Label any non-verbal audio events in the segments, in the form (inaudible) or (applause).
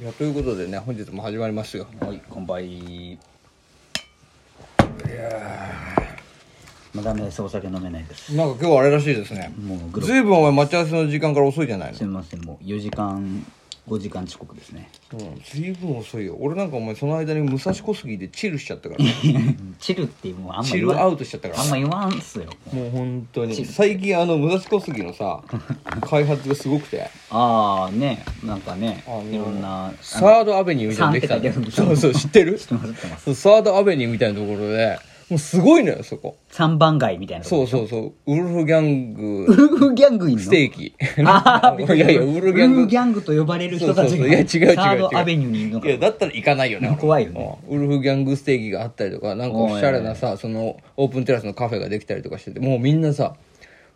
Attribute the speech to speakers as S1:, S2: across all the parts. S1: いやということでね本日も始まりますよ
S2: はい、こんばんい。まだね、お酒飲めないです。
S1: なんか今日はあれらしいですね
S2: もうグロ
S1: ずいぶんお前待ち合わせの時間から遅いじゃない
S2: すみません、もう4時間、5時間遅刻ですね。 (laughs)
S1: の、うん、ずいぶん遅いよ俺なんかお前その間に武蔵小杉でチルしちゃ
S2: (laughs)
S1: ったから、ね、
S2: チルってもうあんま
S1: チ
S2: 言
S1: ルア
S2: わん、
S1: ウトしちゃったから
S2: あんま言わんっすよ。
S1: もう本当に最近あの武蔵小杉の
S2: (laughs)
S1: さ開発がすごくて
S2: ああ、ね、なんかね
S1: あの、
S2: いろんな、
S1: サードアベニューみたいなのできた
S2: サードア
S1: の
S2: ベニュー
S1: そうそう知ってる
S2: てます知ってま
S1: そうサードアベニューみたいなところでもうすごいのよそこ
S2: 3番街みたいな。。
S1: そううそうそうウルフギャン
S2: ウ
S1: グ
S2: ルフギャングいんの
S1: ステーキ (laughs)
S2: ああ、
S1: いやいやウルフギャング
S2: ギャングと呼ばれる
S1: そ
S2: 人
S1: うそ
S2: た
S1: うそ
S2: ちが、
S1: ういや違う違う違う
S2: サードアベニューにいるのか
S1: いやだったら行かないよね
S2: 怖いよね
S1: うんウルフギャングステーキがあったりとかなんかおしゃれなさそのオープンテラスのカフェができたりとかしててもうみんなさ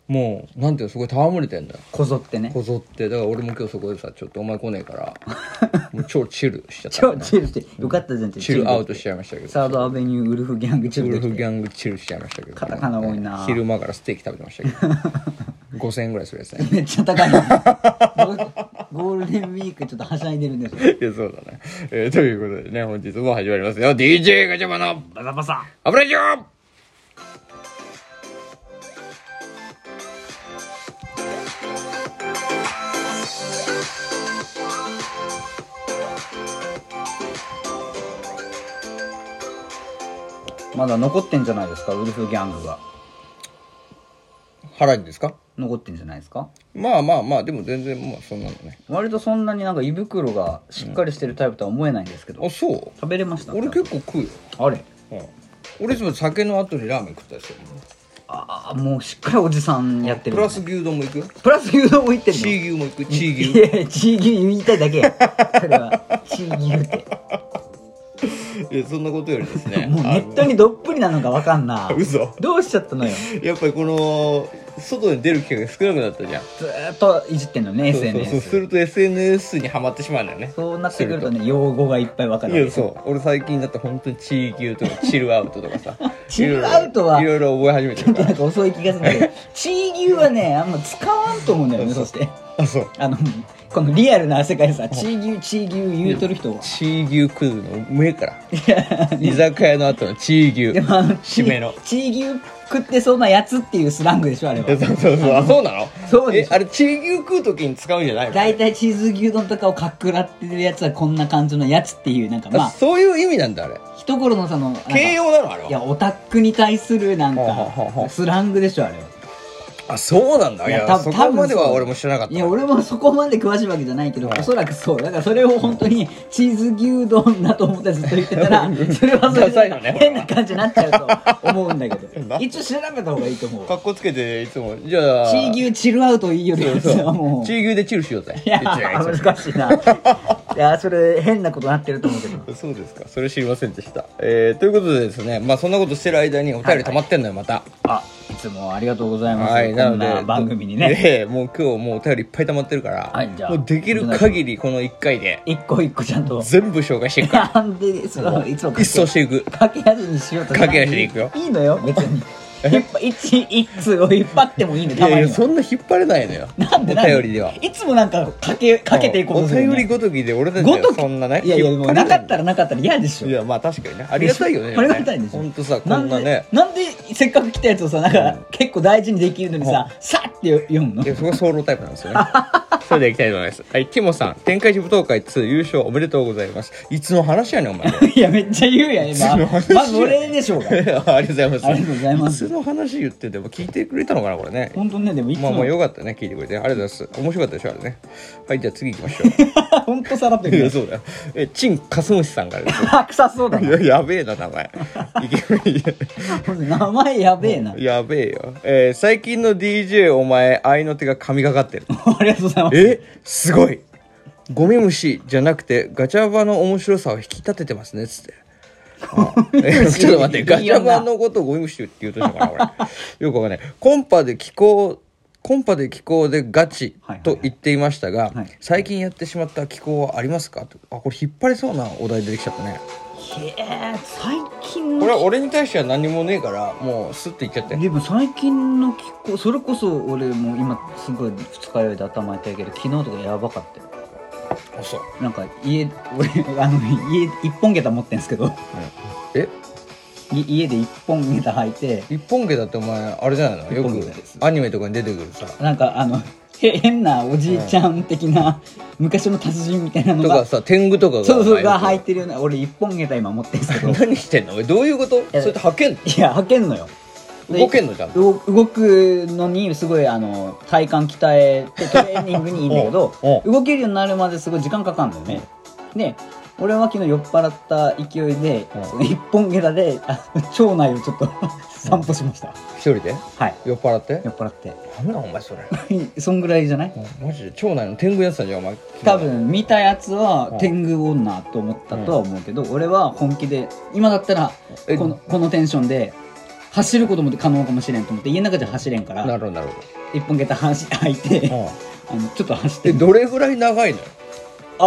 S1: もうなんていうのすごい戯れてんだよ
S2: こぞって (laughs) ね。
S1: こぞってだから俺も今日そこでさちょっとお前来ねえから
S2: (laughs)
S1: もう超チルしちゃった
S2: 超チルして、よかったじゃんって。
S1: チルアウトしちゃいましたけど
S2: サードアベニューウルフギャングチ
S1: ウ
S2: ル
S1: ル
S2: で
S1: フ
S2: き
S1: ギ
S2: て
S1: ャングチルしちゃいましたけど
S2: カタカナ多いな
S1: 昼間からステーキ食べてました
S2: (laughs)
S1: けど5000円ぐらいするやつね
S2: めっちゃ高いな (laughs) ゴールデンウィークちょっとはしゃいでるんですよ
S1: いやそうだね、えーということでね本日も始まりますよ DJ ガチャマの
S2: バサバサ
S1: 油ラジオ
S2: まだ残ってんじゃないですかウルフギャングが
S1: 払いですか
S2: 残ってんじゃないですか
S1: まあまあまあでも全然まあそんなのね
S2: 割とそんなになんか胃袋がしっかりしてるタイプとは思えないんですけど、
S1: あそう
S2: 食べれました
S1: 俺結構食うよ、
S2: あれ
S1: うん、俺いつも酒の後にラーメン食ったりする
S2: ああもうしっかりおじさんやって
S1: プ
S2: るね、
S1: ラス牛丼も行くよ
S2: プラス牛丼もいってん
S1: チ
S2: の
S1: ー牛も行くチー
S2: (laughs) いやチー牛言いた
S1: (laughs)
S2: いだけやそれはチー牛って
S1: 牛いやそんなことよりですね
S2: もうネットにどっぷりなのかわかんな
S1: あの (laughs) 嘘
S2: どうしちゃったのよ
S1: やっぱりこの外に出る機会が少なくなったじゃん
S2: ずーっといじってんのね
S1: そうそう
S2: SNS
S1: そうすると SNS にはまってしまうんだよね
S2: そうなってくるとね用語がいっぱいわかる
S1: い
S2: わけ
S1: やそう俺最近だって本当にチー牛とかチルアウトとかさ
S2: (laughs) チルアウトはい
S1: ろいろいろ覚え始めてるか
S2: なんか遅い気がするんだけどチー牛はねあんま使わんと思うんだよねそして
S1: らあそう
S2: (laughs) あのこのリアルな世界でさチー牛チー牛言うとる人は
S1: チー牛食うのうめえから居酒屋の後のチー牛
S2: でもあの
S1: 締めの
S2: チー牛食ってそうなやつっていうスラングでしょあれ
S1: そう
S2: は
S1: そうそうあそうなの
S2: そうで
S1: え
S2: す
S1: あれチー牛食う時に使うんじゃないの
S2: 大体チーズ牛丼とかをかっくらってるやつはこんな感じのやつっていうなんか
S1: あ
S2: まあ
S1: そういう意味なんだあれ
S2: 一頃のそのなんか
S1: 形容なのあれ
S2: いや
S1: は
S2: オタクに対するなん
S1: はあはあはあ
S2: かスラングでしょあれは
S1: あそうなんだい
S2: いや
S1: や
S2: 多
S1: そ
S2: 分
S1: こまで
S2: 多分
S1: は
S2: そう
S1: 俺も知らなかった
S2: いや俺もそこまで詳しいわけじゃないけど、
S1: はい
S2: おそらくそうだからそれを本当にチーズ牛丼だと思ってずっと言ってたらそれはそれ
S1: ダサい
S2: で
S1: のね
S2: 変な感じになっちゃうと思うんだけ
S1: (laughs) な
S2: ど一応調べた方がいいと思う
S1: かっこつけていつもじゃあ
S2: チー牛チルアウト言いより
S1: そう
S2: は
S1: そう
S2: もう
S1: チー牛でチルしようぜ
S2: いや
S1: 言ってたよいつも
S2: 難しいないやそれ変なことなってると思うけ
S1: (laughs)
S2: ど
S1: そうですかそれ知りませんでした、えー、ということでですねまあそんなことしてる間にお便り溜まってんのよまた
S2: あいつもありがとうございます、
S1: はい、な
S2: こ
S1: の
S2: ん
S1: で
S2: な番組にね
S1: ええもう今日もうお便りいっぱい溜まってるから、
S2: はいじゃあ
S1: もうできる限りこの1回で
S2: 一個一個ちゃんと
S1: 全部紹介していくか
S2: なんでその (laughs) いつも
S1: ら一掃していく
S2: 駆け足にしようとしない
S1: 駆け足でいくよ
S2: いいのよ別に引っ張一一通を引っ張ってもいいの
S1: い
S2: たま
S1: やい
S2: に
S1: や
S2: は
S1: そんな引っ張れないのよ
S2: なんで
S1: お便りでは
S2: なんいつもなんかかけかけていこうと
S1: お
S2: するよ
S1: 便
S2: ね
S1: りごときで俺たち
S2: ごと
S1: は
S2: き
S1: そんなね
S2: いやいや
S1: 引
S2: も
S1: 張
S2: う
S1: れ
S2: なかったらなかったら嫌でしょ
S1: いやまあ確かにねありがたいよね
S2: ありがたいでしょ
S1: ほんとさこんなね
S2: なんでなんでせっかく来たやつをさなんか、結構大事にできるのにさ、さって読むの
S1: いやそこはソロタイプなんですよね (laughs) それではいきたいと思いますはいティモさん展開地舞踏会2優勝おめでとうございますいつの話やねんお前 (laughs)
S2: いやめっちゃ言うやん今
S1: の
S2: ま
S1: 話
S2: ず俺でしょうが
S1: ありがとうございます
S2: ありがとうございます
S1: いつの話言ってでも聞いてくれたのかなこれ
S2: (laughs)
S1: ね
S2: 本当ねでもいつ
S1: まあ
S2: も、
S1: まあよかったね聞いてくれてありがとうございます面白かったでしょあれねはいじゃあ次行きましょう
S2: (laughs) 本当さらって (laughs)
S1: い
S2: く
S1: や
S2: る
S1: そうだよえチンカスムシさんからです
S2: あ臭そうだ
S1: い
S2: な
S1: ややべえな名前いけいけ
S2: ほんと名前やべえな
S1: やべえよ、えー最近の DJ お前愛の手が神がかってる
S2: (laughs) ありがとうございます
S1: えすごいゴミ虫じゃなくてガチャバの面白さを引き立ててますねっつってあ
S2: (laughs)
S1: えちょっと待ってガチャバのことをゴミ虫って言うとしたのかなこれよくわかんないコンパで気候コンパで気候でガチと言っていましたが、
S2: はい
S1: 最近やってしまった気候はありますかとあこれ引っ張れそうなお題出てきちゃったね
S2: へえ最近
S1: これ
S2: の
S1: は俺に対しては何もねえからもうスッといっちゃって
S2: でも最近の気候それこそ俺もう今すごい二日酔いで頭痛いけど昨日とかやばかったよ
S1: あそう、
S2: なんか家俺あの家一本下駄持ってんすけ
S1: (laughs)
S2: ど
S1: え
S2: い家で一本下駄履いて
S1: 一本毛だってお前あれじゃないのよ
S2: 一本毛
S1: く
S2: です
S1: アニメとかに出てくるさ
S2: なんかあのへ変なおじいちゃん的な、昔の達人みたいなの
S1: とか
S2: が
S1: さ天狗とかが
S2: そうそうが
S1: 入
S2: 履いてるような俺一本下駄今持ってんすけど
S1: 何してんのお前どういうことそ
S2: や
S1: れって履けんの
S2: いや履けんのよで
S1: 動けんのじゃんと
S2: 動動くのにすごいあの体幹鍛えてトレーニングにいいんだけど
S1: (laughs) おう
S2: 動けるようになるまですごい時間かかるんだよねで俺は昨日酔っ払った勢いで
S1: うん
S2: その一本下駄で (laughs) あ町内をちょっと散歩しました
S1: 一人で
S2: はい
S1: 酔っ払って
S2: 酔っ払って (laughs)
S1: なんなんお前それ
S2: そんぐらいじゃない
S1: マジで町内の天狗やってたじゃんお前
S2: 多分見たやつは
S1: うん
S2: 天狗女と思ったとは思うけど俺は本気で今だったら
S1: え
S2: このこのテンションで走ることも可能かもしれんと思って家の中じゃ走れんか
S1: な
S2: ら
S1: るほどなるほ
S2: 一本下駄走履いて
S1: ど、うん
S2: あのちょっと走って
S1: えどれぐらい長いのよ
S2: あ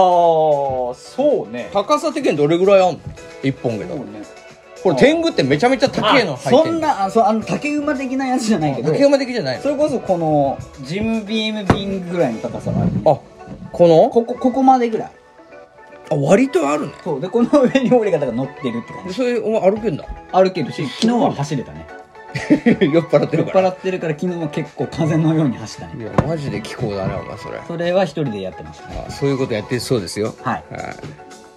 S2: あそうね
S1: 高さ的にどれぐらいあんの一本毛だ
S2: そ
S1: と
S2: うね
S1: これ天狗ってめちゃめちゃ高いの
S2: あ
S1: 入って
S2: そん
S1: の
S2: なあそうあの竹馬的なやつじゃないけど
S1: 竹山的じゃない
S2: それこそこのジムビームビングぐらいの高さがある
S1: のあこの
S2: ここここまでぐらい
S1: あ割とあるね
S2: そうでこの上に俺がだから乗ってるって感
S1: で
S2: じ
S1: それお前歩けんだ
S2: 歩けるし昨日は走れたね
S1: 酔っ払って
S2: (laughs) 酔っ
S1: るから
S2: 払ってるから昨日は結構風のように走った
S1: い
S2: ね
S1: やマジで気候だなお前それ
S2: それは一人でやってましたね
S1: あそういうことやってそうですよ
S2: はい
S1: はい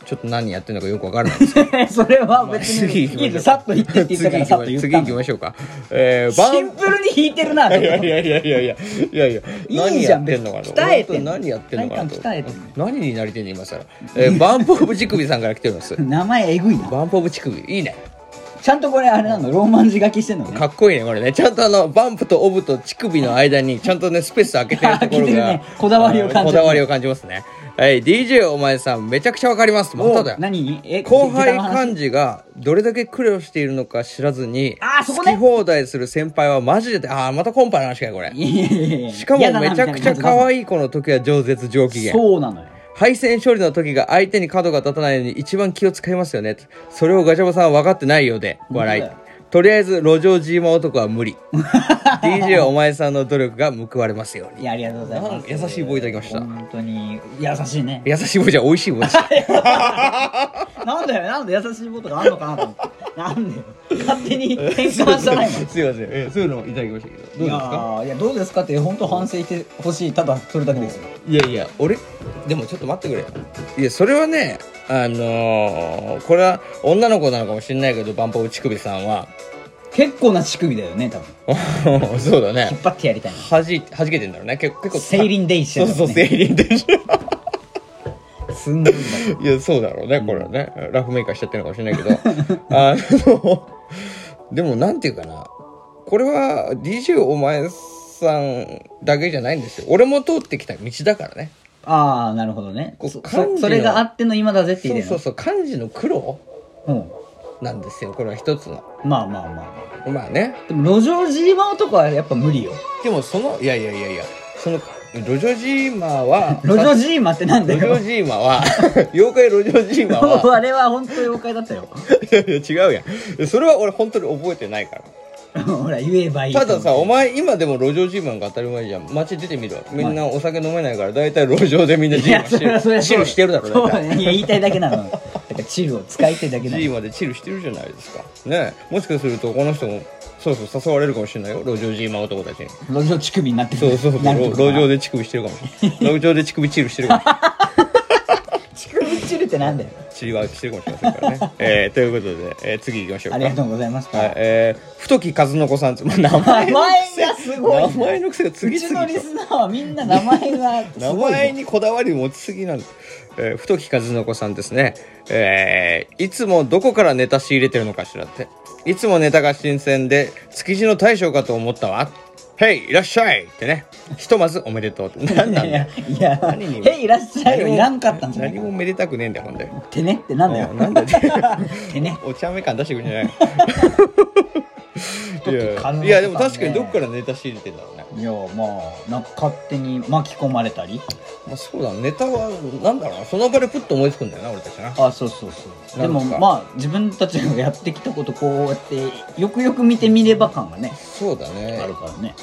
S1: ちょっと何やってんのかよくわからないですけど
S2: それは別に
S1: 次行きましょう
S2: いいですさっ (laughs) と言ってって言ったからさっと言った
S1: 次行
S2: の
S1: きましょうかえー、バ
S2: シ
S1: ン
S2: ンプルに引いてるない
S1: やいやいやいやいやいやいや
S2: いい
S1: 何
S2: じゃ
S1: や
S2: ん
S1: ってんのかと
S2: 別に鍛えてんの
S1: 本当に何やってんのかなと
S2: 体幹鍛えてんの
S1: 何になりてんの今更えー、バンプオブ乳首さんから来てます
S2: 名前えぐいな
S1: バンプオブ乳首いいね
S2: ちゃんとこれあれなのローマン字書きしてんのね
S1: かっこいいねこれねちゃんとあのバンプとオブと乳首の間にちゃんとねスペース開けてるところ (laughs) が、
S2: 開けてるねこだわりを感じる
S1: あのこだわりを感じますねはい DJ お前さんめちゃくちゃわかりますまただよ
S2: 何え
S1: 後輩
S2: 下駄の話
S1: 幹事がどれだけ苦労しているのか知らずに
S2: あーそこ
S1: 好
S2: ね
S1: き放題する先輩はマジでああまたコンパの話かよこれ
S2: いやいやいや
S1: しかも
S2: 嫌だな
S1: めちゃくちゃ
S2: みたいな
S1: 可愛い子の時は饒舌上機嫌
S2: そうなのよ
S1: 配線処理の時が相手に角が立たないように一番気を使いますよねそれをガチャバさんは分かってないようで笑い
S2: 本当だ
S1: とりあえず路上ジーマ男は無 (laughs) 理 DJ お前さんの努力が報われますよう
S2: い
S1: に
S2: やありがとうございます
S1: 優しい棒いただきました
S2: 本当に優しいね
S1: 優しい棒じゃ美味しい棒でした (laughs)
S2: なんだよなんで優しい棒とかあんのかなと思ってなんだよ勝手に変換したないも
S1: (laughs)
S2: ん
S1: すいませんえそういうのをいただきましたけどどうで
S2: い
S1: す
S2: や
S1: か
S2: ーいやどうですかって本当反省してほしいただそれだけですよ
S1: いやいや俺でもちょっと待ってくれいやそれはねあのーこれは女の子なのかもしれないけどバンポウ乳首さんは (laughs)
S2: 結構な乳首だよね多分
S1: そうだ
S2: 引
S1: ね
S2: っ張ってやりたい
S1: はじはじけてんだろうね結構結構
S2: なセイリンデイシ
S1: そ
S2: ャ
S1: う
S2: だ
S1: そう、
S2: よ
S1: セ
S2: ね
S1: イリンでしょ。
S2: すんごいんだよ
S1: (laughs) いや、そうだろうね、これはね。ラフメーカーしちゃってるのかもしれないけど。
S2: (laughs)
S1: あの、 (laughs) でも、なんていうかな。これは、DJ お前さんだけじゃないんですよ。俺も通ってきた道だからね。
S2: ああなるほどね
S1: こう
S2: そ
S1: 感じ
S2: そ
S1: の
S2: それがあっての今だぜって
S1: そ
S2: 言
S1: う
S2: う
S1: そうそう、漢字の苦労
S2: う
S1: なんですよ。これは一つの。
S2: んまあまあまあまあ
S1: まあね。
S2: でも路上ジーマーとかはやっぱ無理よ
S1: でも、その、いやいやいやいや、その、路上ジーマー
S2: (laughs)
S1: は、
S2: 路上ジーマーってなんだ
S1: 路上
S2: よ
S1: ジーマーは、 (laughs) 妖怪路上ジーマー
S2: (laughs)
S1: は、
S2: あれは本当に妖怪だったよ (laughs)
S1: いやいや違うやん。それは俺本当に覚えてないから。
S2: ほら言えばいい
S1: たださお前今でも路上ジーマンが当たり前じゃん街出てみろみんなお酒飲めないから大体路上でみんないジー
S2: や
S1: マンし
S2: そ
S1: て
S2: れは
S1: る
S2: それは
S1: チルしてるだろ
S2: そ
S1: 大
S2: うだ
S1: 体
S2: ねいや言いたいだけなのだからチルを使いたいだけ
S1: ジ
S2: な
S1: ー
S2: の
S1: マンでチルしてるじゃないですかねえもしかするとこの人もそうそう誘われるかもしれないよ路上ジーマン男たちに
S2: 路上乳首になってく
S1: そう
S2: る
S1: そうそう
S2: なる
S1: 路
S2: とか
S1: 路上で乳首してるかもしれない路上で乳首チルしてるかもしれない
S2: 乳首チルってなんだよ
S1: チリはしてるかもしれません
S2: (laughs)
S1: からね、えーということで、えー次行きましょう
S2: あ
S1: か
S2: りがとうございました、
S1: はいえー太木和の子さんつまあ名前
S2: 名
S1: の
S2: 前がすごい
S1: 名前の癖が
S2: う
S1: 次
S2: ちの
S1: 々
S2: リ
S1: と
S2: スナーはみんな名前がす
S1: 名
S2: ごい
S1: 前
S2: ね
S1: にこだわり持ちすぎなんです、えー、太木和の子さんですね、えーいつもどこからネタ仕入れてるのかしらっていつもネタが新鮮で築地の大将かと思ったわ「へいいらっしゃい!」ってねひとまずおめでとう
S2: (laughs)
S1: って何なん
S2: い
S1: だ
S2: や
S1: よ
S2: いや「
S1: 何に
S2: へいいらっしゃい」はいらんかったんじゃない
S1: 何もめでたくねえんだよほんで
S2: てねってなんだよ
S1: なんだよ
S2: (laughs) てね
S1: お茶目感出してくるん
S2: (laughs)
S1: じゃな
S2: 太木和之さ
S1: んい
S2: ね
S1: いやいやでも確かにどっからネタ仕入れてんだろうね、
S2: いやまあなんか勝手に巻き込まれたり
S1: まあ、そうだネタはなんだろうなその場でプッと思いつくんだよな俺たちな
S2: あそうそうそうでも
S1: なんか
S2: まあ自分たちがやってきたことこうやってよくよく見てみれば感がね
S1: そうだね
S2: あるからね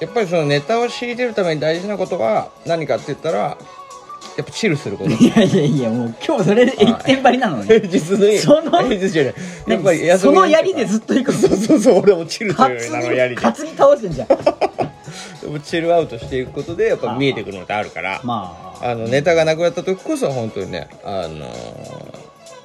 S1: やっぱりそのネタを仕入れるために大事なことは何かって言ったらやっぱチルする
S2: (laughs)
S1: こと。
S2: いやいやいやもう今日それで一点張りな
S1: (laughs)
S2: の
S1: 平
S2: ね
S1: 日に。
S2: その
S1: 平日じゃない。やっぱり
S2: 何
S1: 休
S2: そ
S1: み
S2: の
S1: 時間
S2: 槍でずっと行く
S1: (laughs) そう
S2: の
S1: そうそう、俺もチルと
S2: 担
S1: いうよりあの槍
S2: ぎ
S1: で。
S2: 担ぎ倒してんじゃん
S1: でもチルアウトしていくことで、やっぱ見えてくるのってあるから。
S2: まあ
S1: あの、ネタがなくなった時こそ、本当にね、あのー、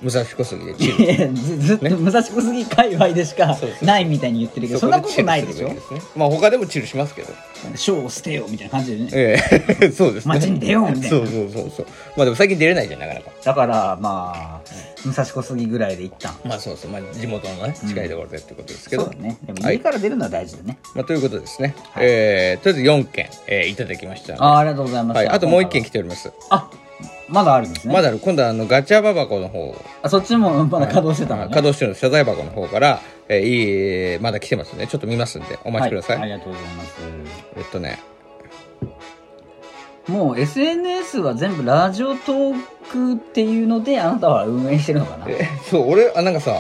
S1: 武蔵小杉でチル。
S2: いや (laughs) ずずっと武蔵小杉界隈でし
S1: そ
S2: か
S1: うそうそう
S2: ないみたいに言ってるけどそんなことないでし
S1: そ
S2: ょ
S1: こチルするべきすねまあ他でもチルしますけど。
S2: 賞を捨てよみたいな感じでね
S1: ええ、 (laughs) そうですね。
S2: 街に出ようみたいな
S1: そうそうそうそう。まあでも最近出れないじゃん、なかなか。
S2: だからまあ武蔵小杉ぐらいで一旦
S1: まあそうそう、まあ地元のね、近いところでってことですけ
S2: そ
S1: ど。
S2: うだねでも
S1: はい
S2: 家から出るのは大事だね
S1: まあ、ということですね、えーとりあえず4件、えーいただきましたので
S2: あーありがとうございま
S1: は
S2: し
S1: い、
S2: た
S1: あともう1件来ております、
S2: あまだあるんですね
S1: まだある今度はあのガチャババコの方を
S2: あそっちもまだ稼働してたの
S1: あ
S2: ね
S1: 稼働してるの謝罪箱の方から、えーいいまだ来てますんでちょっと見ますんでお待ちください、
S2: はいありがとうございます
S1: えっとね
S2: もう SNS は全部ラジオトークっていうのであなたは運営してるのかな
S1: えそう俺あなんかさ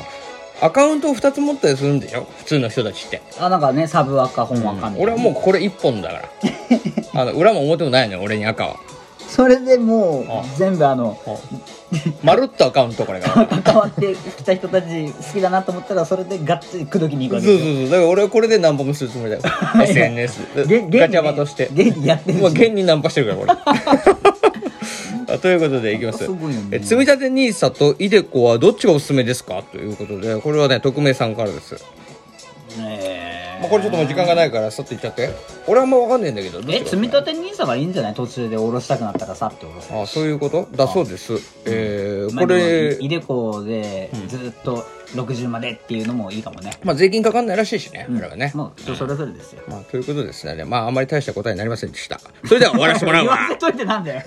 S1: アカウントを2つ持ったりするんでしょ普通の人たちって、
S2: あなんかねサブアカ本アカみたいな
S1: 俺はもうこれ1本だ
S2: (laughs)
S1: からあの裏も表もないのよ俺に赤は
S2: それでもう
S1: あ
S2: 全部あの
S1: まるっとアカウントこれ
S2: (laughs)
S1: がそう
S2: 関わってきた人たち好きだなと思ったらそれでガッツリ口説きに行く
S1: そ
S2: わ
S1: う
S2: けですよ
S1: そうだから俺はこれで何本もするつもり (laughs) だよ SNS
S2: 現現
S1: ガチャバとして
S2: 現にやってる
S1: もう
S2: し
S1: 現にナンパしてるからこれ (laughs) あということでいきます
S2: すごいよね
S1: え積み立て NISA とイデコはどっちがおすすめですかということでこれはね匿名さんからです、
S2: え
S1: まあ、これちょっともう時間がないからさっと言っちゃって俺はあんま分かんないんだけどどっちが
S2: え
S1: おすす
S2: 積
S1: め
S2: み立て NISA がいいんじゃない途中で下ろしたくなったらさって下ろす
S1: あそういうことだそうですえー、
S2: まあ
S1: これ
S2: でもイデコでずっと60までっていうのもいいかもね、
S1: まあ税金かかんないらしいしね、これはね
S2: もう人それぞれですよ
S1: まあ、ということですねまああんまり大した答えになりませんでしたそれでは終わらせてもらうわ
S2: 言わせといてなんだよ